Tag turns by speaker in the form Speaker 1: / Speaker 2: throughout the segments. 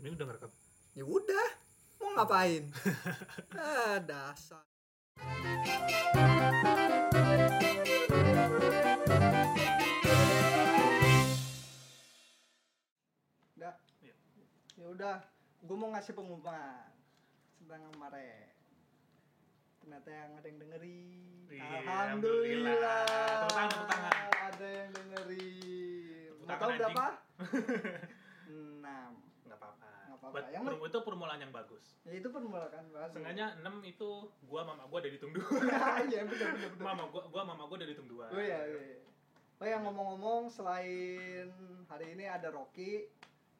Speaker 1: Ini udah ngerekam.
Speaker 2: ya udah mau ngapain ah dasar udah
Speaker 1: Iya.
Speaker 2: ya udah gue mau ngasih pengumuman tentang yang kemarin ternyata yang ada yang dengerin
Speaker 1: Iya,
Speaker 2: alhamdulillah
Speaker 1: alhamdulillah. Tepuk tangan, tepuk tangan.
Speaker 2: ada yang dengerin
Speaker 1: Tepuk
Speaker 2: mau
Speaker 1: tangan,
Speaker 2: tahu
Speaker 1: anjing.
Speaker 2: berapa enam
Speaker 1: Nggak apa-apa.
Speaker 2: Nggak apa-apa.
Speaker 1: Buat
Speaker 2: Yang
Speaker 1: permu- itu permulaan yang bagus.
Speaker 2: ya itu permulakan bahasa
Speaker 1: Sengaja 6 itu gua mama gua ada dihitung dua.
Speaker 2: Iya benar benar benar.
Speaker 1: mama gua gua mama gua ada dihitung dua.
Speaker 2: Oh iya iya. iya. Oh yang ngomong-ngomong selain hari ini ada Rocky,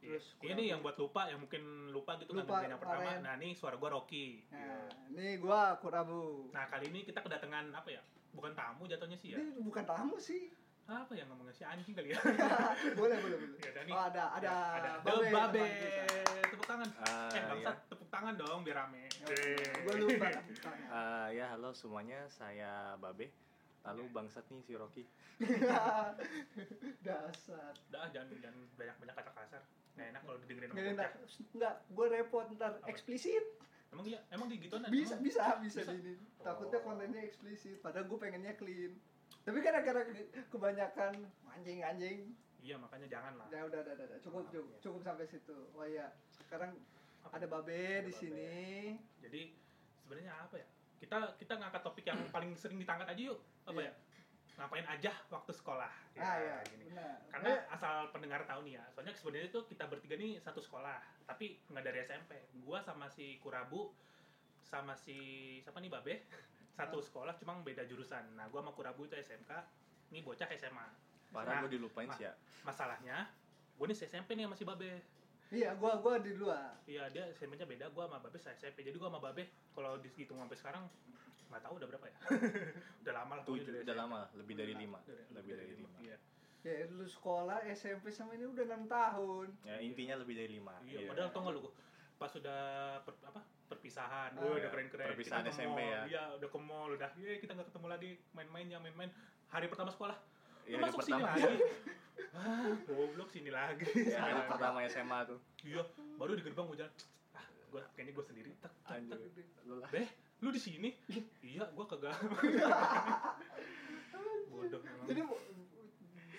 Speaker 1: Iya.
Speaker 2: Terus kurang-
Speaker 1: Ini yang buat lupa yang mungkin lupa gitu
Speaker 2: Lupa,
Speaker 1: kan dengerin yang pertama.
Speaker 2: kemarin.
Speaker 1: Nah, ini suara gua Rocky. Iya.
Speaker 2: nah ini gua Kurabu.
Speaker 1: Nah, kali ini kita kedatangan apa ya? Bukan tamu jatuhnya sih ya.
Speaker 2: Ini bukan tamu sih.
Speaker 1: Apa ya ngomongnya si anjing kali ya?
Speaker 2: boleh boleh boleh.
Speaker 1: Ya udah nih.
Speaker 2: Oh ada ada
Speaker 1: ada The
Speaker 2: Babe, teman
Speaker 1: Babe.
Speaker 2: kita. iya.
Speaker 1: Tepuk tangan.
Speaker 3: Ah,
Speaker 1: eh,
Speaker 3: ya.
Speaker 1: bangsat, tepuk tangan dong biar rame. Eh.
Speaker 2: Ya, Gua lupa. tanya.
Speaker 3: Ah, ya halo semuanya, saya
Speaker 1: Iya.
Speaker 3: Babe. Lalu bangsat nih si Rocky.
Speaker 2: Dasar.
Speaker 1: Udah, jangan jangan banyak-banyak kata kasar. Nggak enak kalau didengerin sama
Speaker 2: Nggak enak.
Speaker 1: bocah.
Speaker 2: Nggak, gue repot ntar
Speaker 1: Apa?
Speaker 2: eksplisit.
Speaker 1: Emang iya, emang digituan
Speaker 2: bisa
Speaker 1: emang?
Speaker 2: bisa bisa,
Speaker 1: Bisa.
Speaker 2: diinin. takutnya
Speaker 1: Oh.
Speaker 2: kontennya eksplisit padahal gue pengennya clean tapi gara-gara ke- kebanyakan anjing anjing
Speaker 1: Iya, makanya jangan lah.
Speaker 2: ya udah udah udah, udah. cukup cukup cukup sampai situ oh iya
Speaker 1: Ah,
Speaker 2: sekarang
Speaker 1: iya. Apa?
Speaker 2: ada babe di
Speaker 1: Babe.
Speaker 2: sini
Speaker 1: Jadi sebenarnya apa ya? Kita kita ngangkat topik yang paling sering ditangkat aja yuk. Apa
Speaker 2: Iya.
Speaker 1: ya? Ngapain aja waktu sekolah? Ya,
Speaker 2: ah ya
Speaker 1: gini.
Speaker 2: benar
Speaker 1: Karena asal pendengar tahu nih ya, soalnya sebenarnya tuh kita bertiga nih satu sekolah, tapi nggak dari SMP. Gua sama si Kurabu sama si siapa nih Babe satu sekolah cuma beda jurusan. Nah, gua sama Kurabu itu SMK, ini bocah SMA. Nah,
Speaker 3: Parah gue dilupain
Speaker 1: Ma-
Speaker 3: sih ya.
Speaker 1: Masalahnya gua nih SMP nih sama si Babe.
Speaker 2: iya gue gua di luar
Speaker 1: Iya, dia SMP-nya beda, gua sama Babe saya SMP. Jadi gua sama Babe kalau dihitung sampai sekarang nggak tahu udah berapa ya. udah lama lah pokoknya
Speaker 3: Tujuh
Speaker 1: dari
Speaker 3: udah
Speaker 1: SMP.
Speaker 3: lama, lebih dari lima.
Speaker 1: Dari-
Speaker 3: Lebih dari lima.
Speaker 1: Iya.
Speaker 2: ya lu sekolah SMP sama ini udah enam tahun
Speaker 3: Ya intinya lebih dari lima.
Speaker 1: Iya, padahal tau gak lu pas udah per, apa perpisahan,
Speaker 2: Ah.
Speaker 1: wah
Speaker 3: Iya,
Speaker 1: udah keren-keren.
Speaker 3: perpisahan
Speaker 1: Kita ke
Speaker 3: SMP
Speaker 1: mall,
Speaker 3: ya.
Speaker 1: Iya, udah ke mall, udah. Ye, kita gak ketemu lagi main-main ya main-main. Hari pertama sekolah,
Speaker 3: Ya,
Speaker 1: lu
Speaker 3: hari
Speaker 1: masuk sini
Speaker 3: pertama.
Speaker 1: lagi. Wah, goblok sini lagi.
Speaker 3: Ya,
Speaker 1: Sini
Speaker 3: hari
Speaker 1: lagi.
Speaker 3: pertama SMA tuh.
Speaker 1: Iya, baru di gerbang gue jalan. Ah, gua kayaknya gue sendiri. Tek, tek,
Speaker 3: Anjir.
Speaker 1: tek.
Speaker 3: Lu lah.
Speaker 1: Beh, lu di sini? iya, gua kagak. Bodoh emang.
Speaker 2: jadi bu-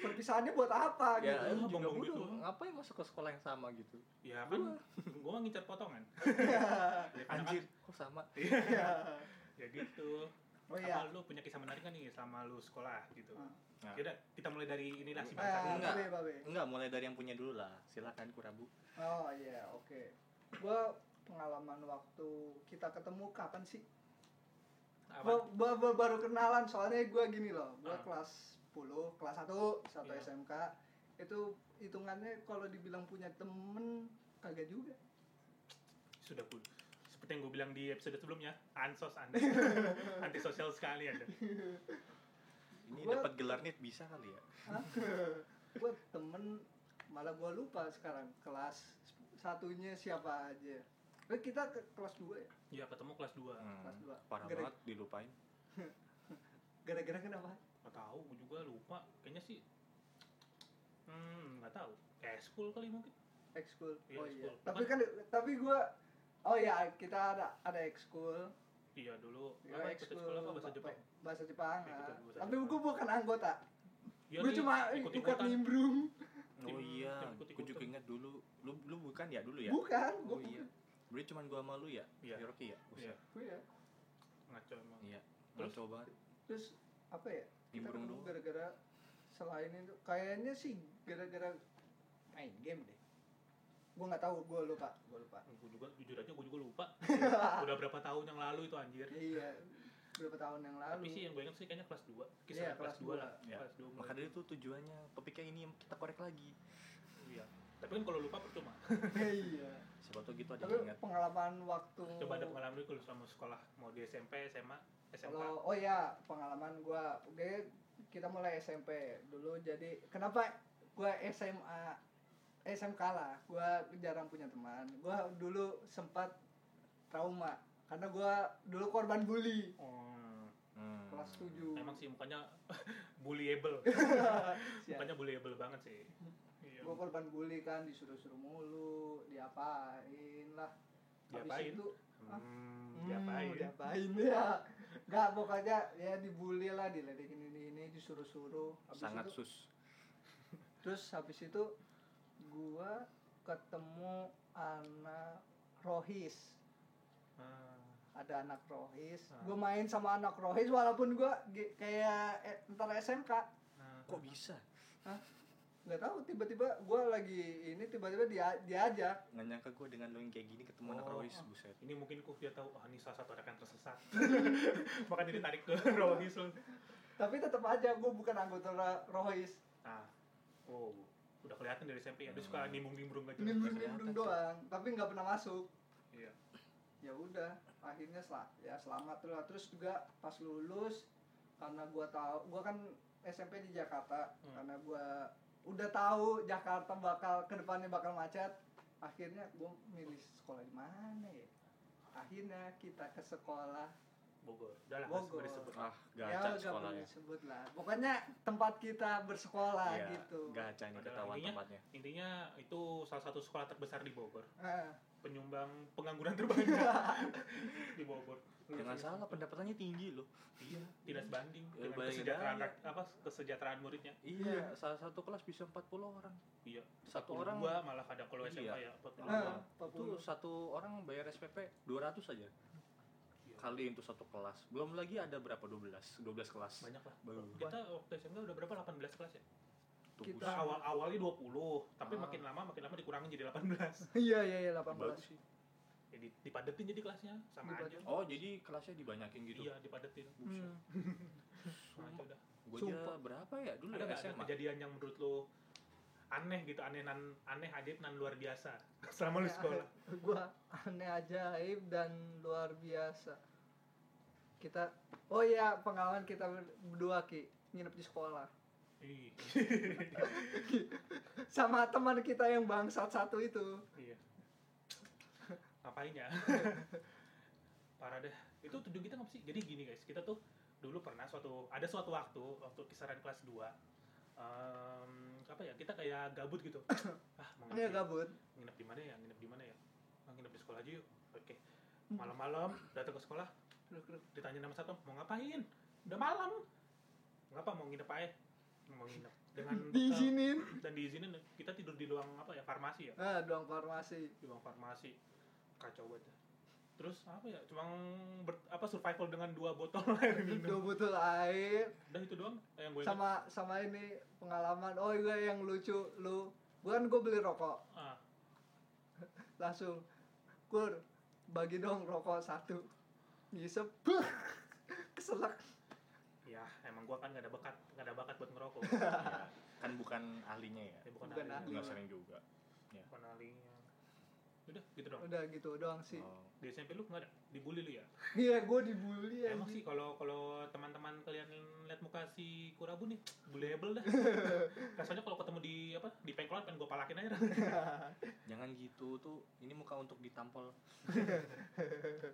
Speaker 2: perpisahannya buat apa
Speaker 3: Ya,
Speaker 2: gitu
Speaker 3: lu juga
Speaker 1: bang Bobi
Speaker 3: bodoh.
Speaker 1: doang.
Speaker 3: Ngapain masuk ke sekolah yang sama gitu?
Speaker 1: ya kan, gua mah ngincar potongan. Ya, kan,
Speaker 3: Anjir, kok sama?
Speaker 2: Iya.
Speaker 1: Ya gitu.
Speaker 2: oh iya
Speaker 1: Apa lu punya kisah menarik kan nih selama lu sekolah gitu?
Speaker 2: Hmm.
Speaker 3: Nah.
Speaker 1: Yaudah, kita mulai dari inilah si Bangsa
Speaker 2: Ah,
Speaker 1: dulu.
Speaker 3: Enggak.
Speaker 2: babe babe
Speaker 3: Enggak, mulai dari yang punya dulu lah. Silakan Kurabu.
Speaker 2: Oh iya, oke. Gua pengalaman waktu kita ketemu kapan sih?
Speaker 1: Apa?
Speaker 2: Gua, gua- gua baru kenalan soalnya gua gini loh.
Speaker 1: Ah.
Speaker 2: Gua kelas 10, kelas 1, satu
Speaker 1: Iya.
Speaker 2: SMK. Itu hitungannya kalau dibilang punya temen kagak juga.
Speaker 1: Sudah pun. Seperti yang gue bilang di episode sebelumnya, ansos anda, antisosial sekali anda.
Speaker 3: Ini
Speaker 2: Gua-
Speaker 3: dapat gelar nih bisa kali ya?
Speaker 2: Hah? gua temen malah gua lupa sekarang kelas satunya siapa aja. Eh, kita ke kelas 2 ya?
Speaker 1: Ya ketemu kelas 2
Speaker 3: Hmm,
Speaker 2: Kelas dua.
Speaker 3: parah
Speaker 2: Gede.
Speaker 3: banget dilupain.
Speaker 2: Gara-gara kenapa?
Speaker 1: Gak tahu, gue juga lupa. Kayaknya sih, hmm nggak tahu. Kayak school kali mungkin.
Speaker 2: Ekskul.
Speaker 1: Iya,
Speaker 2: Oh iya.
Speaker 1: ekskul.
Speaker 2: Tapi kan tapi gua Oh iya, kita ada ada ekskul.
Speaker 1: Iya dulu.
Speaker 2: Ya,
Speaker 1: apa ikut
Speaker 2: ekskul
Speaker 1: sekolah apa bahasa
Speaker 2: ba-
Speaker 1: Jepang?
Speaker 2: ba- Bahasa Jepang.
Speaker 1: Ya,
Speaker 2: ah.
Speaker 1: ikut bahasa
Speaker 2: Tapi
Speaker 1: Jepang.
Speaker 2: gue bukan anggota.
Speaker 1: Ya,
Speaker 2: gue
Speaker 1: nih,
Speaker 2: cuma ikut
Speaker 1: ikut-ikutan.
Speaker 2: nimbrung.
Speaker 3: Oh
Speaker 1: Tim- tim
Speaker 3: iya,
Speaker 1: ikut-ikutan.
Speaker 3: gue juga ingat dulu. Lu lu bukan ya dulu ya?
Speaker 2: Bukan, gue
Speaker 3: Oh iya. Berarti cuman gua sama lu ya?
Speaker 1: Iya.
Speaker 3: Si Rocky ya?
Speaker 1: Iya,
Speaker 3: Buset.
Speaker 2: ya.
Speaker 1: ngaco emang.
Speaker 3: Iya.
Speaker 1: Terus?
Speaker 3: Ngaco banget.
Speaker 2: Terus apa ya? Kita
Speaker 3: Nimbrung
Speaker 2: ketemu
Speaker 3: doang.
Speaker 2: gara-gara selain itu kayaknya sih gara-gara main game deh. Gue nggak tahu, gue lupa, gue lupa.
Speaker 1: Gue juga, jujur aja gue juga lupa. Udah berapa tahun yang lalu itu anjir.
Speaker 2: iya, berapa tahun yang lalu.
Speaker 1: Tapi sih yang gue ingat sih kayaknya kelas 2. Kisah
Speaker 2: Iya,
Speaker 1: kelas
Speaker 2: kelas
Speaker 1: 2
Speaker 2: dua.
Speaker 1: lah.
Speaker 3: Iya.
Speaker 1: Kelas 2.
Speaker 3: Maka dari itu tujuannya topiknya ini yang kita korek lagi.
Speaker 1: Iya. Tapi kan kalau lupa percuma.
Speaker 2: iya.
Speaker 3: Siapa tuh gitu ada
Speaker 2: Tapi
Speaker 3: yang ingat.
Speaker 2: pengalaman waktu
Speaker 1: Coba ada pengalaman lu kalau sama sekolah, mau di SMP, SMA, SMK.
Speaker 2: Kalau oh ya pengalaman gua, oke kita mulai SMP dulu. Jadi kenapa gua SMA SMK lah, gua jarang punya teman. Gua dulu sempat trauma karena gua dulu korban bully
Speaker 1: Hmm,
Speaker 3: Hmm.
Speaker 2: kelas 7.
Speaker 1: emang sih mukanya bullyable.
Speaker 2: Siap.
Speaker 1: mukanya bullyable banget sih. Iya.
Speaker 2: Gua korban bully kan disuruh-suruh mulu, diapa diapain lah
Speaker 1: Diapain?
Speaker 2: habis itu
Speaker 1: Hmm,
Speaker 2: hmm,
Speaker 1: diapain?
Speaker 2: diapain ya nggak pokoknya ya dibully lah diledekin ini ini disuruh-suruh habis
Speaker 3: sangat
Speaker 2: itu
Speaker 3: sus
Speaker 2: terus habis itu gua ketemu anak Rohis
Speaker 1: Ah,
Speaker 2: ada anak Rohis
Speaker 1: Ah.
Speaker 2: gua main sama anak Rohis walaupun gua ge- kayak eh, entar SMK
Speaker 1: ah,
Speaker 3: kok bisa
Speaker 2: nggak tahu tiba-tiba gua lagi ini tiba-tiba dia diajak
Speaker 3: nggak nyangka gue dengan lo yang kayak gini ketemu anak
Speaker 1: Oh.
Speaker 3: Royce buset
Speaker 1: ini mungkin kok dia tahu ah ini salah satu anak yang tersesat maka dia ditarik ke Rohis lu.
Speaker 2: tapi tetap aja gua bukan anggota Ra- Rohis
Speaker 1: nah oh udah kelihatan dari SMP ya dia
Speaker 3: Hmm.
Speaker 1: suka gitu. nimbung nimbrung aja
Speaker 2: nimbung
Speaker 3: kelihatan sih.
Speaker 2: doang tapi nggak pernah masuk
Speaker 1: iya
Speaker 2: ya udah akhirnya sel ya selamat lah terus juga pas lulus karena gua tahu gua kan SMP di Jakarta
Speaker 1: Hmm.
Speaker 2: karena gua udah tahu Jakarta bakal kedepannya bakal macet akhirnya gua milih sekolah di mana ya akhirnya kita ke sekolah Ya,
Speaker 1: Bogor udah lah
Speaker 2: Bogor.
Speaker 1: Bogor. disebut
Speaker 3: ah gaca
Speaker 2: nggak perlu
Speaker 3: sekolahnya
Speaker 2: disebut lah pokoknya tempat kita bersekolah
Speaker 3: Iya,
Speaker 2: gitu
Speaker 3: gaca ini
Speaker 1: Padahal
Speaker 3: ketahuan
Speaker 1: intinya-
Speaker 3: tempatnya
Speaker 1: intinya itu salah satu sekolah terbesar di Bogor
Speaker 2: Ah,
Speaker 1: penyumbang pengangguran terbanyak di Bogor
Speaker 2: Iya,
Speaker 3: jangan salah pendapatannya tinggi loh
Speaker 1: iya tidak sebanding
Speaker 3: Ya,
Speaker 1: dengan
Speaker 3: balik
Speaker 1: kesejahteraan
Speaker 2: Iya.
Speaker 3: aja.
Speaker 1: rak- apa kesejahteraan muridnya
Speaker 3: iya salah satu kelas bisa 40 orang
Speaker 1: iya
Speaker 3: satu orang
Speaker 1: dua malah kadang kalau
Speaker 3: Iya.
Speaker 1: SMA ya
Speaker 3: Nah,
Speaker 1: apa
Speaker 2: Ah,
Speaker 3: itu
Speaker 2: 40.
Speaker 3: satu orang bayar SPP 200 aja kali untuk satu kelas belum lagi ada berapa 12 12 kelas
Speaker 1: banyak lah
Speaker 3: baru
Speaker 1: kita waktu SMA udah berapa 18 kelas ya
Speaker 3: tuh
Speaker 2: kita-
Speaker 3: buset.
Speaker 1: awal awalnya 20 tapi
Speaker 3: Ah.
Speaker 1: makin lama makin lama dikurangin jadi 18
Speaker 2: iya iya iya 18
Speaker 3: bagus sih
Speaker 1: jadi dipadetin jadi kelasnya sama aja
Speaker 2: Dipadetin.
Speaker 3: oh jadi kelasnya dibanyakin gitu
Speaker 1: iya dipadetin
Speaker 3: Buset.
Speaker 2: Hmm.
Speaker 1: Sama aja udah
Speaker 3: Gue
Speaker 2: Sumpah.
Speaker 3: aja berapa ya dulu
Speaker 1: Iya, ada
Speaker 3: ya
Speaker 1: nggak ada
Speaker 3: SMA?
Speaker 1: kejadian yang menurut lo aneh gitu aneh nan aneh ajaib nan luar biasa selama lu
Speaker 2: Aneh,
Speaker 1: sekolah
Speaker 2: gua aneh ajaib dan luar biasa kita oh iya pengalaman kita berdua ki nginep di sekolah
Speaker 1: Ih, Iya.
Speaker 2: sama teman kita yang bangsat satu itu
Speaker 1: iya ngapain ya parah deh itu tujuan kita ngapa sih jadi gini guys kita tuh dulu pernah suatu ada suatu waktu waktu kisaran kelas 2 em, apa ya kita kayak gabut gitu ah mau ngapain?
Speaker 2: ini Iya, gabut
Speaker 1: nginep di mana ya nginep di mana ya Ah, nginep di sekolah aja yuk oke malam-malam datang ke sekolah
Speaker 2: Loh, loh.
Speaker 1: ditanya nama satu mau ngapain udah malam ngapa mau nginep aja mau nginep dengan bekal-
Speaker 2: diizinin
Speaker 1: dan diizinin kita tidur di ruang apa ya farmasi ya
Speaker 2: ah doang farmasi
Speaker 1: di ruang farmasi kacau banget terus apa ya cuma ber- apa survival dengan dua botol air
Speaker 2: dua
Speaker 1: minum
Speaker 2: botol air
Speaker 1: udah itu doang eh, yang gue ingat.
Speaker 2: sama sama ini pengalaman oh iya yang lucu lu gua kan gua beli rokok
Speaker 1: Ah,
Speaker 2: langsung kur bagi dong rokok satu ngisep buh, keselak
Speaker 1: ya emang gue kan gak ada bakat gak ada bakat buat ngerokok
Speaker 3: Iya. Kan bukan ahlinya ya.
Speaker 1: ya, bukan,
Speaker 2: Bukan
Speaker 1: ahlinya.
Speaker 2: ahli.
Speaker 3: Enggak sering juga.
Speaker 1: bukan ahlinya udah gitu dong
Speaker 2: udah gitu doang sih
Speaker 3: Oh.
Speaker 1: di SMP lu nggak ada dibully lu ya
Speaker 2: Iya, gue dibully
Speaker 1: emang sih
Speaker 2: anjing.
Speaker 1: kalau kalau teman-teman kalian lihat muka si kurabu nih bullyable dah rasanya kalau ketemu di apa di pengkolan pengen gue palakin aja dah.
Speaker 3: Jangan gitu tuh. Ini muka untuk ditampol.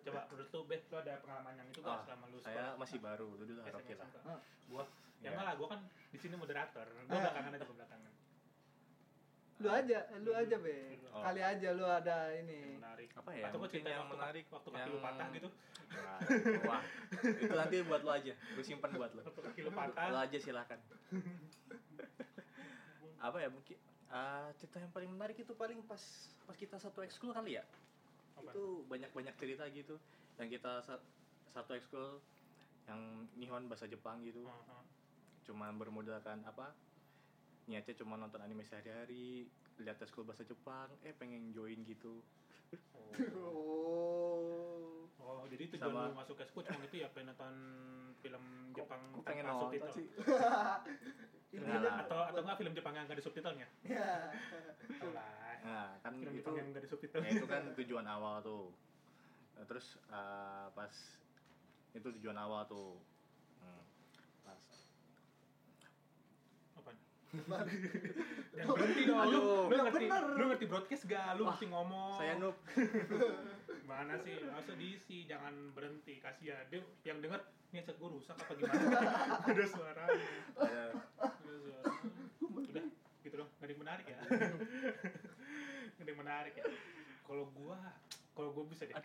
Speaker 1: coba menurut lu beh lu ada pengalaman yang itu gak
Speaker 3: Ah,
Speaker 1: selama lu
Speaker 3: Saya
Speaker 1: sekolah?
Speaker 3: masih baru dulu lah
Speaker 1: SMA,
Speaker 3: Rocky lah.
Speaker 1: SMK.
Speaker 2: Ah.
Speaker 1: gua ya
Speaker 3: Ya.
Speaker 1: enggak lah gua kan di sini moderator gua belakangan aja gua belakangan
Speaker 2: Lu aja, lu aja, Be.
Speaker 1: Yang
Speaker 3: Oh.
Speaker 2: Kali aja lu ada ini.
Speaker 1: menarik
Speaker 3: Apa ya?
Speaker 1: atau gua
Speaker 3: mungkin
Speaker 1: cerita
Speaker 3: yang
Speaker 1: waktu,
Speaker 3: menarik
Speaker 1: waktu kaki lu patah gitu
Speaker 3: Wah, Wah, itu nanti buat lo aja. Gue simpan buat lo.
Speaker 1: waktu kaki lu
Speaker 3: Lo
Speaker 1: patah
Speaker 3: aja silakan. Apa ya mungkin ah, cerita yang paling menarik itu paling pas pas kita satu ekskul kali ya.
Speaker 1: Apa?
Speaker 3: Itu banyak-banyak cerita gitu yang kita sa- satu ekskul yang Nihon bahasa Jepang gitu.
Speaker 1: Heeh.
Speaker 3: cuma bermodalkan apa niatnya cuma nonton anime sehari-hari lihat tes bahasa Jepang eh pengen join gitu
Speaker 1: Oh.
Speaker 2: Oh.
Speaker 1: Oh, jadi tujuan
Speaker 3: Sama.
Speaker 1: lu masuk ke school cuma itu ya pengen nonton film Jepang
Speaker 3: Kok
Speaker 1: tanpa
Speaker 3: pengen nonton
Speaker 1: subtitle?
Speaker 3: sih Iya.
Speaker 2: Ini
Speaker 3: Enggak lah.
Speaker 1: atau atau enggak film Jepang yang enggak ada subtitlenya?
Speaker 2: Ya.
Speaker 1: Tau lah.
Speaker 3: nah kan
Speaker 1: Film
Speaker 3: itu
Speaker 1: Jepang yang enggak ada
Speaker 3: ya
Speaker 1: subtitlenya.
Speaker 3: itu kan tujuan awal tuh Nah, terus eh, pas itu tujuan awal tuh Hmm, pas
Speaker 1: Apa? Jangan berhenti dong. Lu,
Speaker 3: Aduh.
Speaker 1: lu
Speaker 2: Ya
Speaker 1: ngerti,
Speaker 2: bener.
Speaker 1: lu ngerti broadcast gak? Lu mesti ngomong.
Speaker 3: saya noob
Speaker 1: Mana sih? Masa diisi, jangan berhenti. Kasihan. Dia yang denger, ini headset gue rusak apa gimana? Ada suaranya. Ada
Speaker 3: Eh,
Speaker 1: suaranya. Udah, gitu dong. Gak ada yang menarik ya. Gak ada yang menarik ya. kalau gua kalau gua bisa deh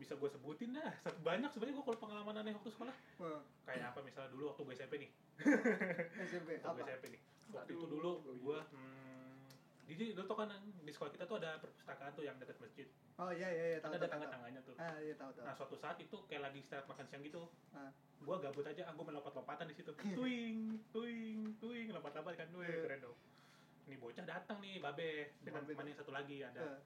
Speaker 1: bisa gua sebutin dah satu banyak sebenarnya gua kalau pengalaman aneh waktu sekolah
Speaker 2: Wah,
Speaker 1: kayak apa misalnya dulu waktu gua SMP nih
Speaker 2: SMP
Speaker 1: waktu gua
Speaker 2: ya? apa? Oh, iya.
Speaker 1: SMP nih waktu itu
Speaker 3: Aduh,
Speaker 1: dulu
Speaker 3: gua
Speaker 1: gua hmm, jadi dulu tuh kan di sekolah kita tuh ada perpustakaan tuh yang dekat masjid
Speaker 2: Oh iya iya iya
Speaker 1: Kan ada
Speaker 2: tahu tahu. tahu.
Speaker 1: tangga-tangganya tuh
Speaker 2: Ah iya tahu tahu.
Speaker 1: nah suatu saat itu kayak lagi istirahat makan siang gitu
Speaker 2: Ah.
Speaker 1: gua gabut aja ah gua melompat-lompatan di situ tuing tuing tuing lompat-lompat kan gue
Speaker 2: Iya.
Speaker 1: keren dong ini bocah datang nih babe dengan
Speaker 2: Babe.
Speaker 1: temannya satu lagi ada
Speaker 2: Eh,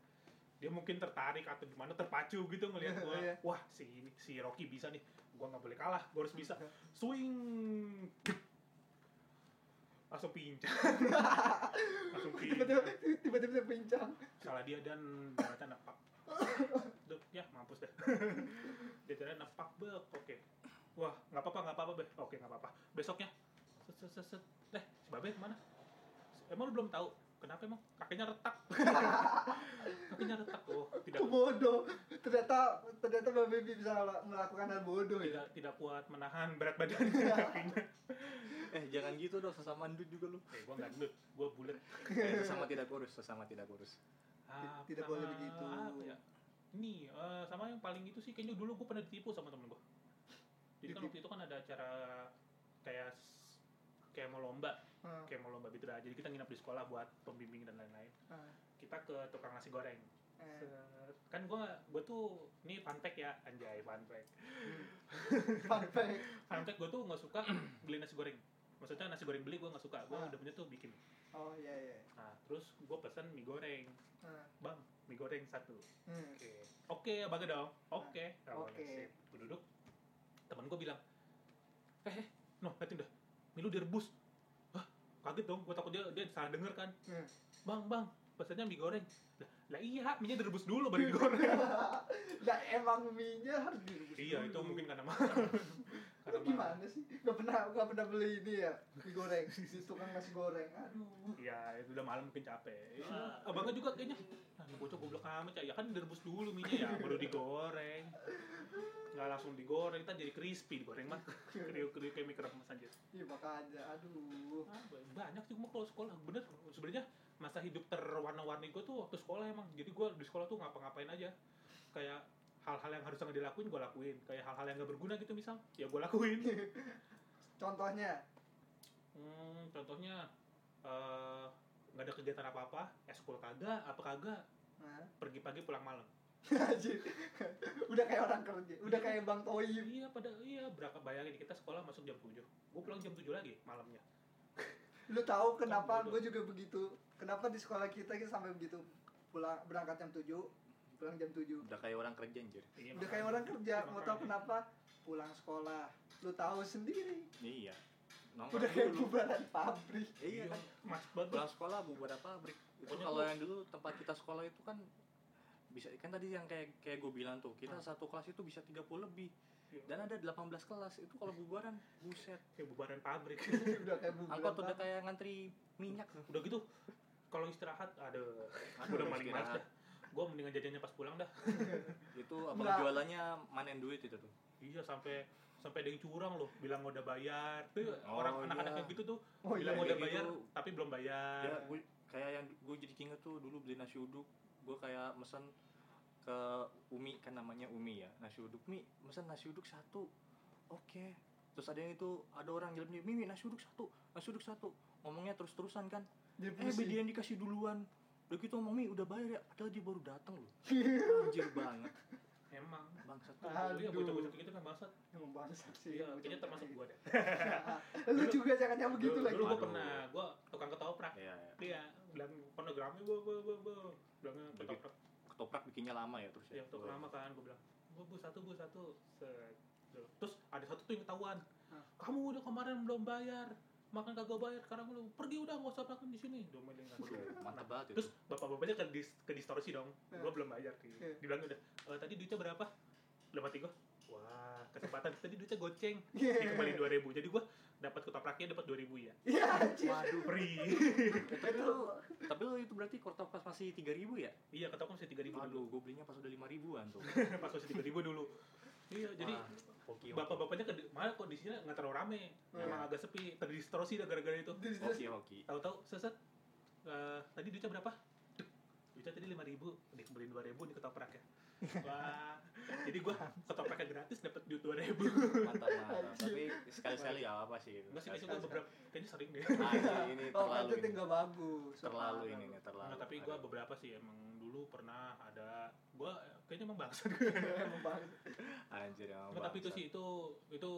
Speaker 1: dia mungkin tertarik atau gimana terpacu gitu ngelihat gua
Speaker 2: Iya.
Speaker 1: wah si ini si Rocky bisa nih gua nggak boleh kalah gua harus
Speaker 2: Hmm.
Speaker 1: bisa swing Dep. langsung pincang langsung pincang
Speaker 2: Tiba-tiba tiba-tiba pincang.
Speaker 1: salah dia dan ternyata nepak Duh, ya mampus deh dia ternyata nepak bek oke wah nggak apa-apa nggak apa-apa beh oke nggak apa-apa besoknya set set set, set deh si babe kemana emang lu belum tahu kenapa emang kakinya retak kakinya retak oh tidak
Speaker 2: Bodoh. Ternyata ternyata Babe bisa melakukan hal bodoh ya.
Speaker 1: tidak tidak kuat menahan berat badannya kakinya
Speaker 3: eh jangan gitu dong sesama ndut juga lu
Speaker 1: eh gue nggak gendut gue bulat
Speaker 3: eh, sesama tidak kurus sesama tidak kurus
Speaker 1: Apa-
Speaker 2: Tidak boleh begitu.
Speaker 1: apa Ah, ya? ini eh, sama yang paling itu sih kayaknya dulu gue pernah ditipu sama temen gue jadi kan
Speaker 2: Ditipu.
Speaker 1: waktu itu kan ada acara kayak s- kayak mau lomba
Speaker 2: Ah,
Speaker 1: kayak mau lomba gitu dah jadi kita nginep di sekolah buat pembimbing dan lain-lain
Speaker 2: ah,
Speaker 1: kita ke tukang nasi goreng
Speaker 2: eh.
Speaker 1: Set. kan gue gue tuh ini fun fact ya anjay fun fact
Speaker 2: Fun fact.
Speaker 1: fun fact gue tuh nggak suka beli nasi goreng maksudnya nasi goreng beli gue nggak suka gue
Speaker 2: Ah.
Speaker 1: udah punya tuh bikin
Speaker 2: Oh iya iya.
Speaker 1: Nah, terus gue pesen mie goreng.
Speaker 2: Ah,
Speaker 1: Bang, mie goreng satu.
Speaker 2: hmm.
Speaker 1: Oke. Oke, abangnya dong. Oke. Nah,
Speaker 2: oke.
Speaker 1: Gue duduk. Temen gue bilang, eh, eh, no, liatin dah. Mie lu direbus. Hah, kaget dong. Gue takut dia, dia salah denger kan.
Speaker 2: Hmm.
Speaker 1: Bang, bang, pesennya mie goreng. Lah, lah iya, mie direbus dulu baru digoreng.
Speaker 2: Dan Nah, emang mie-nya harus direbus.
Speaker 1: iya, itu
Speaker 2: dulu.
Speaker 1: mungkin karena mah.
Speaker 2: Lu gimana sih? Gak pernah gak pernah beli ini ya, digoreng di tukang nasi goreng. Aduh.
Speaker 1: Iya, itu udah malam mungkin capek. Ya, abangnya juga kayaknya. Nah, ini bocah goblok amat ya. Ya kan direbus dulu minyak ya, baru digoreng. Nggak langsung digoreng, kita jadi crispy digoreng mah. Kriuk-kriuk kayak mie kremes aja.
Speaker 2: Iya makanya aduh.
Speaker 1: Ah, Banyak sih gua kalau sekolah, bener. Sebenarnya masa hidup terwarna-warni gue tuh waktu sekolah emang. Jadi gua di sekolah tuh ngapa-ngapain aja. Kayak hal-hal yang harusnya nggak dilakuin gue lakuin kayak hal-hal yang gak berguna gitu misal ya gue lakuin
Speaker 2: Contohnya
Speaker 1: Hmm, contohnya eh, nggak ada kegiatan apa-apa eskul kagak apa kagak
Speaker 2: Nah,
Speaker 1: pergi pagi pulang malam
Speaker 2: anjir. udah kayak orang kerja, udah kayak Bang Toyib.
Speaker 1: iya pada iya berangkat bayangin kita sekolah masuk jam 7 gue pulang jam 7 lagi malamnya
Speaker 2: Lu tahu kenapa
Speaker 1: Kan
Speaker 2: gue juga begitu? Kenapa di sekolah kita kita sampai begitu? Pulang berangkat jam 7, pulang jam 7.
Speaker 3: udah kayak orang kerja anjir
Speaker 1: Iya,
Speaker 2: Udah
Speaker 1: makanya.
Speaker 2: kayak orang kerja, mau
Speaker 1: Makanya.
Speaker 2: tahu kenapa? Pulang sekolah. Lu tahu sendiri.
Speaker 3: iya nongkrong
Speaker 2: Udah kayak
Speaker 3: dulu.
Speaker 2: bubaran pabrik.
Speaker 1: iya
Speaker 3: iya kan
Speaker 1: mas banget
Speaker 3: pulang sekolah bubar pabrik itu
Speaker 1: Pokoknya
Speaker 3: kalau
Speaker 1: tuh-
Speaker 3: yang dulu tempat kita sekolah itu kan bisa kan tadi yang kayak kayak gue bilang tuh
Speaker 1: Ah.
Speaker 3: kita satu kelas itu bisa 30 lebih
Speaker 1: Iya.
Speaker 3: dan ada 18 kelas itu kalau bubaran buset
Speaker 1: kayak bubaran pabrik
Speaker 2: udah kayak bubaran.
Speaker 3: angkot udah
Speaker 2: pabrik.
Speaker 3: kayak ngantri minyak
Speaker 1: udah gitu kalau istirahat ada
Speaker 3: Aduh,
Speaker 1: udah maling males
Speaker 3: istirahat.
Speaker 1: dah gue mendingan jajannya pas pulang dah
Speaker 3: itu abang
Speaker 2: Nggak.
Speaker 3: jualannya manen duit itu tuh
Speaker 1: iya sampai sampai ada yang curang loh bilang udah bayar tuh
Speaker 3: Oh,
Speaker 1: orang anak-anak
Speaker 3: iya.
Speaker 1: kayak gitu tuh
Speaker 2: Oh iya.
Speaker 1: bilang
Speaker 3: iya,
Speaker 1: udah
Speaker 3: kayak
Speaker 1: bayar
Speaker 3: gitu.
Speaker 1: tapi belum bayar
Speaker 3: ya gue kayak yang gue jadi inget tuh dulu beli nasi uduk gue kayak mesen ke Umi kan namanya Umi ya nasi uduk Mi mesen nasi uduk satu oke terus ada yang itu ada orang jalan Mi Mi nasi uduk satu nasi uduk satu ngomongnya terus terusan kan
Speaker 2: Jadi
Speaker 3: eh
Speaker 2: pusing.
Speaker 3: beli yang dikasih duluan udah gitu ngomong Mi udah bayar ya padahal dia baru datang loh anjir banget
Speaker 1: emang
Speaker 3: bangsat
Speaker 1: Oh,
Speaker 3: tuh
Speaker 1: iya
Speaker 2: Iya. Aduh. Iya,
Speaker 1: bocah-bocah kayak gitu kan bangsat
Speaker 2: Emang bangsat sih.
Speaker 1: iya kayaknya termasuk gue deh
Speaker 2: Lu juga jangan nyamuk gitu
Speaker 1: dulu,
Speaker 2: lagi.
Speaker 1: dulu gue
Speaker 3: Aduh.
Speaker 1: pernah gue tukang ketoprak
Speaker 3: ya
Speaker 1: Iya, bilang pornografi bu bu bu bu, bilangnya
Speaker 3: Begitu.
Speaker 1: ketoprak,
Speaker 3: ketoprak bikinnya lama ya terus
Speaker 1: ya ketoprak lama kan, gue bilang, bu bu satu bu satu, Set. gitu. terus ada satu tuh yang ketahuan,
Speaker 2: Hah?
Speaker 1: kamu udah kemarin belum bayar, makan kagak bayar, sekarang lu pergi udah nggak usah makan di sini, domelin kan.
Speaker 3: Waduh, mantep banget itu
Speaker 1: Terus bapak-bapaknya ke, dis- ke distorsi dong,
Speaker 2: Iya.
Speaker 1: gue belum bayar, gitu.
Speaker 2: Iya.
Speaker 1: dibilang udah, "Eh, tadi duitnya berapa? Dapat tiga, wah kesempatan tadi duitnya goceng,
Speaker 2: Iya.
Speaker 1: dikembaliin dua ribu, jadi gue dapat ketopraknya dapat dua ribu ya,
Speaker 2: Iya anjir.
Speaker 3: waduh
Speaker 1: free,
Speaker 3: tapi lu tapi lu itu berarti ketoprak masih 3000 ya
Speaker 1: iya ketoprak mesti tiga ribu dulu.
Speaker 3: Aduh, gue belinya pas udah lima ribuan tuh.
Speaker 1: pas masih tiga ribu dulu iya jadi
Speaker 3: Wah, hoki, hoki.
Speaker 1: bapak-bapaknya ke- malah kondisinya nggak terlalu rame
Speaker 2: Iya.
Speaker 1: emang agak sepi terdistorsi dah gara-gara itu
Speaker 2: Terus- terus-
Speaker 3: hoki hoki.
Speaker 1: tahu-tahu seset eh, tadi duitnya berapa Dek, duitnya tadi lima ribu dikembaliin dua ribu nih Wah, jadi gue ketopraknya gratis dapat duit dua ribu.
Speaker 3: mantap mantap tapi sekali sekali ya apa sih itu
Speaker 1: Enggak sih, kayaknya gue beberapa, kayaknya sering deh.
Speaker 3: Ah, ini
Speaker 2: Oh,
Speaker 3: terlalu
Speaker 2: itu
Speaker 3: ini.
Speaker 2: tinggal bagus.
Speaker 3: terlalu ini nih terlalu
Speaker 1: Enggak, tapi gue
Speaker 3: Aduh.
Speaker 1: beberapa sih emang dulu pernah ada gue kayaknya emang bangsa gue.
Speaker 2: Emang bagus.
Speaker 3: anjir ya
Speaker 1: Cuma tapi itu sih itu itu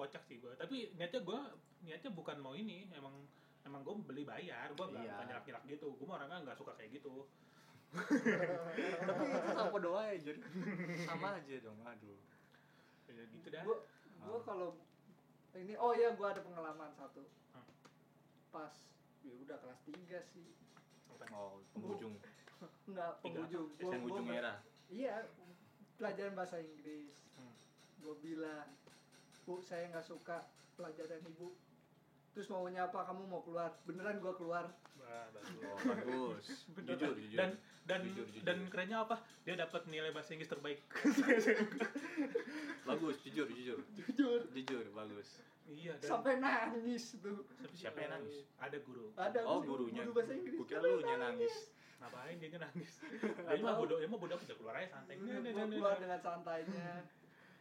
Speaker 1: kocak sih gue. Tapi niatnya gue niatnya bukan mau ini emang emang gue beli bayar gue nggak
Speaker 3: Iya.
Speaker 1: bukan nyerap nyerap gitu gue orangnya nggak suka kayak gitu
Speaker 3: tapi itu sama doa ya jadi sama aja dong aduh
Speaker 1: ya, gitu dah
Speaker 2: Gua gua
Speaker 3: Ah.
Speaker 2: kalau ini oh iya gua ada pengalaman satu.
Speaker 1: Hmm.
Speaker 2: Pas ya udah kelas 3 sih.
Speaker 3: oh penghujung
Speaker 2: Enggak
Speaker 1: Tiga
Speaker 2: penghujung.
Speaker 1: apa?
Speaker 2: Gua,
Speaker 3: penghujung
Speaker 2: gua-
Speaker 3: era
Speaker 2: Iya, pelajaran bahasa Inggris.
Speaker 1: Hmm.
Speaker 2: Gua bilang, "Bu, saya nggak suka pelajaran Ibu." Terus maunya apa? Kamu mau keluar? Beneran gua keluar.
Speaker 1: Wah, bagus.
Speaker 3: oh bagus
Speaker 1: Beneran.
Speaker 3: jujur jujur
Speaker 1: dan dan
Speaker 3: Jujur, jujur.
Speaker 1: dan kerennya apa dia dapat nilai bahasa Inggris terbaik
Speaker 3: bagus jujur jujur
Speaker 2: Jujur.
Speaker 3: jujur bagus
Speaker 1: iya dan
Speaker 2: Sampai nangis tuh.
Speaker 3: Siapa yang nangis?
Speaker 1: ada guru
Speaker 2: Ada
Speaker 3: oh
Speaker 2: guru-
Speaker 3: gurunya
Speaker 2: guru bahasa Inggris.
Speaker 3: kukira lu nya nangis
Speaker 1: ngapain dia nangis dia mah bodoh dia mah bodoh udah keluar aja santai
Speaker 2: Gua keluar dengan santainya.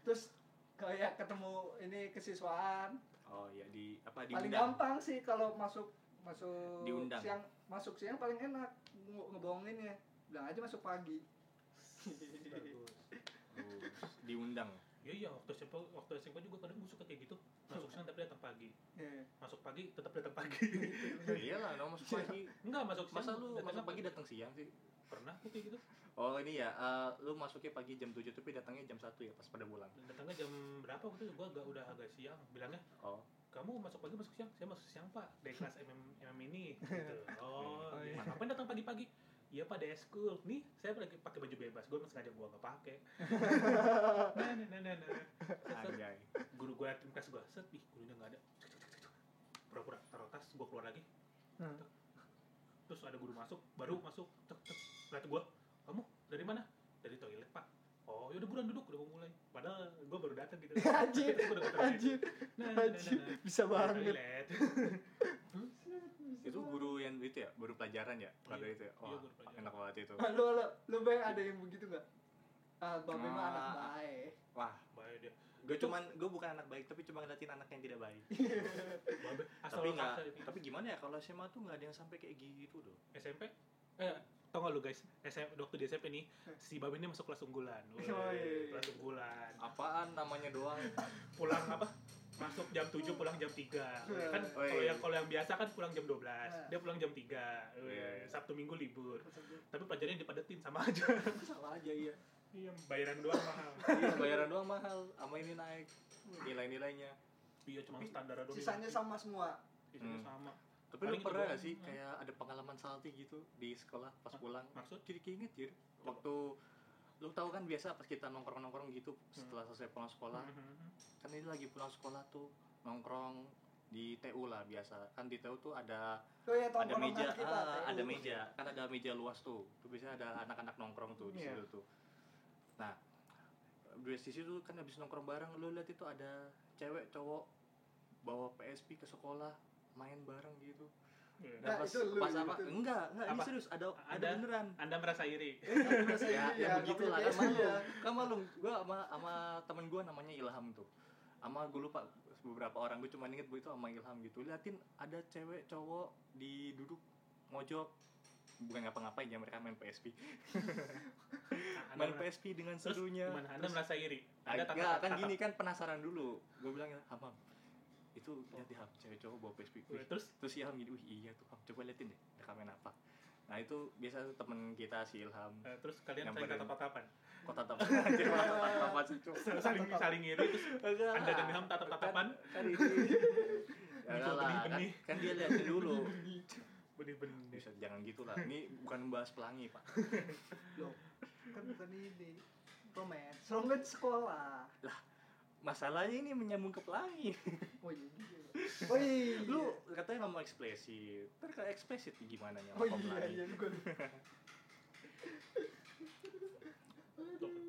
Speaker 2: Terus kayak ketemu ini kesiswaan,
Speaker 3: oh ya di apa di
Speaker 2: paling
Speaker 3: undang
Speaker 2: gampang sih kalau masuk masuk
Speaker 3: Diundang.
Speaker 2: siang masuk siang paling enak nge- ngebohonginnya bilang aja masuk pagi
Speaker 1: Bagus.
Speaker 3: diundang
Speaker 1: Iya iya waktu SMP waktu SMP juga kadang gue suka kayak gitu masuk siang tapi datang pagi
Speaker 2: Iya.
Speaker 1: masuk pagi tetap datang pagi
Speaker 3: ya iyalah dong masuk pagi
Speaker 1: enggak masuk siang
Speaker 3: masa lu
Speaker 1: datangnya
Speaker 3: masa pagi datang siang sih
Speaker 1: pernah tuh kayak gitu
Speaker 3: oh ini ya eh, lu masuknya pagi jam 7 tapi datangnya jam 1 ya pas pada pulang
Speaker 1: datangnya jam berapa waktu itu gue agak udah agak siang bilangnya
Speaker 3: oh
Speaker 1: kamu masuk pagi masuk siang saya masuk siang pak dari kelas MM, MM ini gitu. oh,
Speaker 2: Oh,
Speaker 1: iya.
Speaker 2: iya.
Speaker 1: ngapain datang pagi-pagi Iya pak dari school nih saya lagi pakai baju bebas gue emang sengaja gue nggak pakai nah nah nah nah, nah.
Speaker 3: anjay
Speaker 1: guru gue tim kelas gue set ih gurunya nggak ada Cuk, cuk, cuk, cuk, cuk. pura-pura taruh tas gue keluar lagi
Speaker 2: Hmm.
Speaker 1: terus ada guru masuk baru masuk tek tek lihat gue kamu dari mana dari toilet pak oh yaudah buruan duduk udah mau mulai padahal gue baru datang gitu
Speaker 2: Anjir,
Speaker 1: Gua udah ke toilet.
Speaker 2: anjir
Speaker 1: Nah, nah, nah,
Speaker 2: anjir
Speaker 1: nah.
Speaker 2: bisa
Speaker 1: Dari
Speaker 2: banget
Speaker 1: toilet Iya,
Speaker 3: itu guru yang itu ya baru pelajaran ya pada
Speaker 1: Iya.
Speaker 3: itu ya
Speaker 1: Iya,
Speaker 3: wah
Speaker 1: guru pelajaran.
Speaker 3: enak banget itu
Speaker 2: Ah, lu lu lu bayang ada yang begitu nggak ah babe mah anak
Speaker 3: Ah.
Speaker 2: baik
Speaker 3: wah
Speaker 1: Baik dia.
Speaker 3: gue cuman gue bukan anak baik tapi cuma ngeliatin anak yang tidak baik
Speaker 1: Babe, asal
Speaker 3: tapi
Speaker 1: lo
Speaker 3: nggak
Speaker 1: kasar ini.
Speaker 3: tapi gimana ya kalau SMA tuh nggak ada yang sampai kayak gitu loh
Speaker 1: SMP eh tau gak lu guys SMP waktu di SMP nih si Babe ini masuk kelas unggulan Woi,
Speaker 2: Hmm. Oh, iya.
Speaker 1: kelas unggulan
Speaker 3: apaan namanya doang
Speaker 1: pulang apa masuk jam 7 pulang jam 3 kan
Speaker 3: Oh,
Speaker 1: kalau
Speaker 3: iya.
Speaker 1: yang kalau yang biasa kan pulang jam 12
Speaker 2: Ah.
Speaker 1: dia pulang jam 3 Woi,
Speaker 3: Iya, iya.
Speaker 1: Sabtu Minggu libur
Speaker 2: Maksud gua,
Speaker 1: tapi pelajarannya dipadetin sama aja
Speaker 2: salah aja iya
Speaker 1: iya bayaran doang mahal
Speaker 3: Iya, bayaran doang mahal sama ini naik nilai-nilainya
Speaker 1: iya cuma standar doang
Speaker 2: sisanya sama semua
Speaker 1: Sisanya
Speaker 3: Hmm.
Speaker 1: sama
Speaker 3: tapi
Speaker 1: Paling
Speaker 3: lu
Speaker 1: itu
Speaker 3: pernah gak
Speaker 1: doang.
Speaker 3: sih
Speaker 1: Hmm.
Speaker 3: kayak ada pengalaman salty gitu di sekolah pas
Speaker 1: Ma-
Speaker 3: pulang
Speaker 1: maksud?
Speaker 3: jadi keinget jir waktu lu tahu kan biasa pas kita nongkrong nongkrong gitu setelah selesai pulang sekolah
Speaker 1: Mhm.
Speaker 2: Hmm.
Speaker 3: kan ini lagi pulang sekolah tuh nongkrong di TU lah biasa kan di TU tuh ada
Speaker 2: oh ya
Speaker 3: ada
Speaker 2: tongkrongan
Speaker 3: meja
Speaker 2: kita
Speaker 3: ah,
Speaker 2: TU.
Speaker 3: ada meja kan ada meja luas tuh tuh biasanya ada anak-anak nongkrong tuh di
Speaker 2: Iya.
Speaker 3: situ tuh nah di sisi tuh kan habis nongkrong bareng lu lihat itu ada cewek cowok bawa PSP ke sekolah main bareng gitu
Speaker 1: Iya.
Speaker 2: Nah,
Speaker 3: pas,
Speaker 2: itu lu,
Speaker 3: pas
Speaker 2: itu
Speaker 3: apa
Speaker 2: lu.
Speaker 3: enggak enggak ini
Speaker 1: Apa?
Speaker 3: serius ada ada,
Speaker 1: Ada?
Speaker 3: beneran
Speaker 1: anda merasa iri
Speaker 2: Iya, Bahasa Inggris,
Speaker 3: ya, ya
Speaker 2: nggak
Speaker 3: begitu
Speaker 2: punya
Speaker 3: lah
Speaker 2: biasa,
Speaker 3: kan malu
Speaker 2: ya.
Speaker 3: kan malu gue sama sama temen gue namanya Ilham tuh sama gue lupa beberapa orang gue cuma inget itu sama Ilham gitu liatin ada cewek cowok di duduk mojok bukan ngapa-ngapain ya mereka main PSP
Speaker 1: Anda
Speaker 3: main
Speaker 1: merasa-
Speaker 3: PSP dengan
Speaker 1: terus
Speaker 3: serunya
Speaker 1: gimana anda
Speaker 3: Terus-
Speaker 1: merasa iri
Speaker 3: Ah,
Speaker 1: anda
Speaker 3: enggak,
Speaker 1: tatap-
Speaker 3: kan
Speaker 1: tatap-
Speaker 3: gini kan penasaran dulu gue bilang Ham Ham itu lihat di Ham cewek cowok bawa PSP Wih,
Speaker 1: terus
Speaker 3: terus si Ilham gini wih iya tuh Ham coba liatin deh mereka main apa nah itu biasa tuh temen kita si Ilham
Speaker 1: eh, terus kalian saling
Speaker 3: Nyamperin.
Speaker 1: tatap-tatapan
Speaker 3: kota tetap anjir masa tatap-tatapan sih, Cuk?
Speaker 1: saling saling iri terus
Speaker 3: Enggak.
Speaker 1: Anda dan Ham tatap-tatapan?
Speaker 3: Iya. kan, kan
Speaker 1: Benih,
Speaker 3: ini ya enggak lah kan,
Speaker 1: benih.
Speaker 3: kan dia lihat dulu
Speaker 1: benih-benih
Speaker 3: bisa jangan gitu lah ini bukan membahas pelangi pak
Speaker 2: Loh, kan bukan ini romance romance sekolah
Speaker 3: masalahnya ini menyambung ke pelangi
Speaker 2: oh iya oh iya
Speaker 3: lu katanya nggak mau eksplisit ntar kalau eksplisit gimana nih
Speaker 2: oh iya
Speaker 3: sama pelangi
Speaker 2: iya gue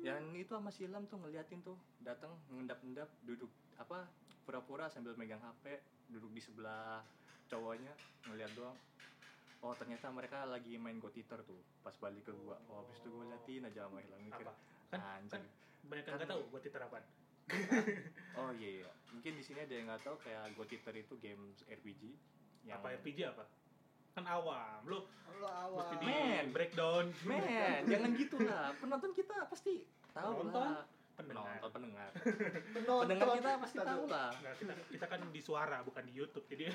Speaker 3: yang itu sama si Ilham tuh ngeliatin tuh datang ngendap-endap duduk apa pura-pura sambil megang HP duduk di sebelah cowoknya ngeliat doang oh ternyata mereka lagi main God Eater tuh pas balik ke gua oh habis itu gua liatin aja sama hilang mikir
Speaker 1: Apa? Kan,
Speaker 3: anjing
Speaker 1: banyak yang
Speaker 3: Kan-
Speaker 1: nggak tahu buat diterapkan.
Speaker 3: oh iya iya mungkin di sini ada yang nggak tahu kayak God Eater itu games RPG yang
Speaker 1: Apa RPG apa? Kan awam. Lu
Speaker 2: Lo awal.
Speaker 1: mesti di
Speaker 3: Men.
Speaker 1: breakdown.
Speaker 3: men jangan gitu lah penonton kita pasti tahu
Speaker 1: Penonton?
Speaker 3: lah
Speaker 1: Pendengar.
Speaker 3: penonton pendengar
Speaker 2: Penonton.
Speaker 3: pendengar kita pasti
Speaker 2: Tadi.
Speaker 3: tahu lah
Speaker 1: Nggak, kita, kita kan di suara bukan di YouTube. Jadi Ya,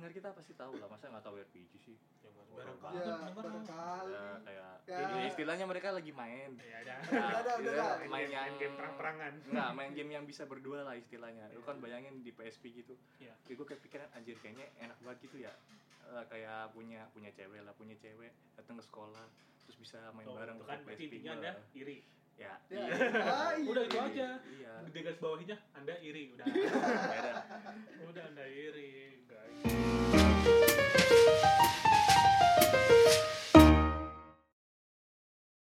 Speaker 3: pendengar kita pasti tahu lah masa nggak tahu RPG sih
Speaker 1: ya
Speaker 3: Pendengar.
Speaker 1: barangkali
Speaker 2: Ya,
Speaker 1: pendengar.
Speaker 2: barangkali.
Speaker 3: ya kayak
Speaker 2: Ya.
Speaker 3: ya, istilahnya mereka lagi main
Speaker 1: Ya ada.
Speaker 3: Nah,
Speaker 2: Ada, ada,
Speaker 3: ya,
Speaker 2: ada.
Speaker 3: main yang
Speaker 1: Main game perang-perangan.
Speaker 3: Nggak, main game yang bisa berdua lah istilahnya. Lu kan bayangin di PSP gitu.
Speaker 1: Iya.
Speaker 3: Ya gue kepikiran anjir kayaknya enak banget gitu ya. Eh, kayak punya punya cewek lah, punya cewek datang ke sekolah terus bisa main
Speaker 1: Oh,
Speaker 3: bareng
Speaker 1: itu
Speaker 3: tuh
Speaker 1: kan
Speaker 3: ke
Speaker 1: berarti
Speaker 3: PSP.
Speaker 1: intinya
Speaker 3: gua.
Speaker 1: Anda iri.
Speaker 3: Ya.
Speaker 2: Ya,
Speaker 3: iya.
Speaker 2: ah, iya.
Speaker 1: Udah itu aja.
Speaker 3: Iya.
Speaker 1: Di garis bawahnya Anda iri udah.
Speaker 3: Beda.
Speaker 1: udah Anda iri, guys.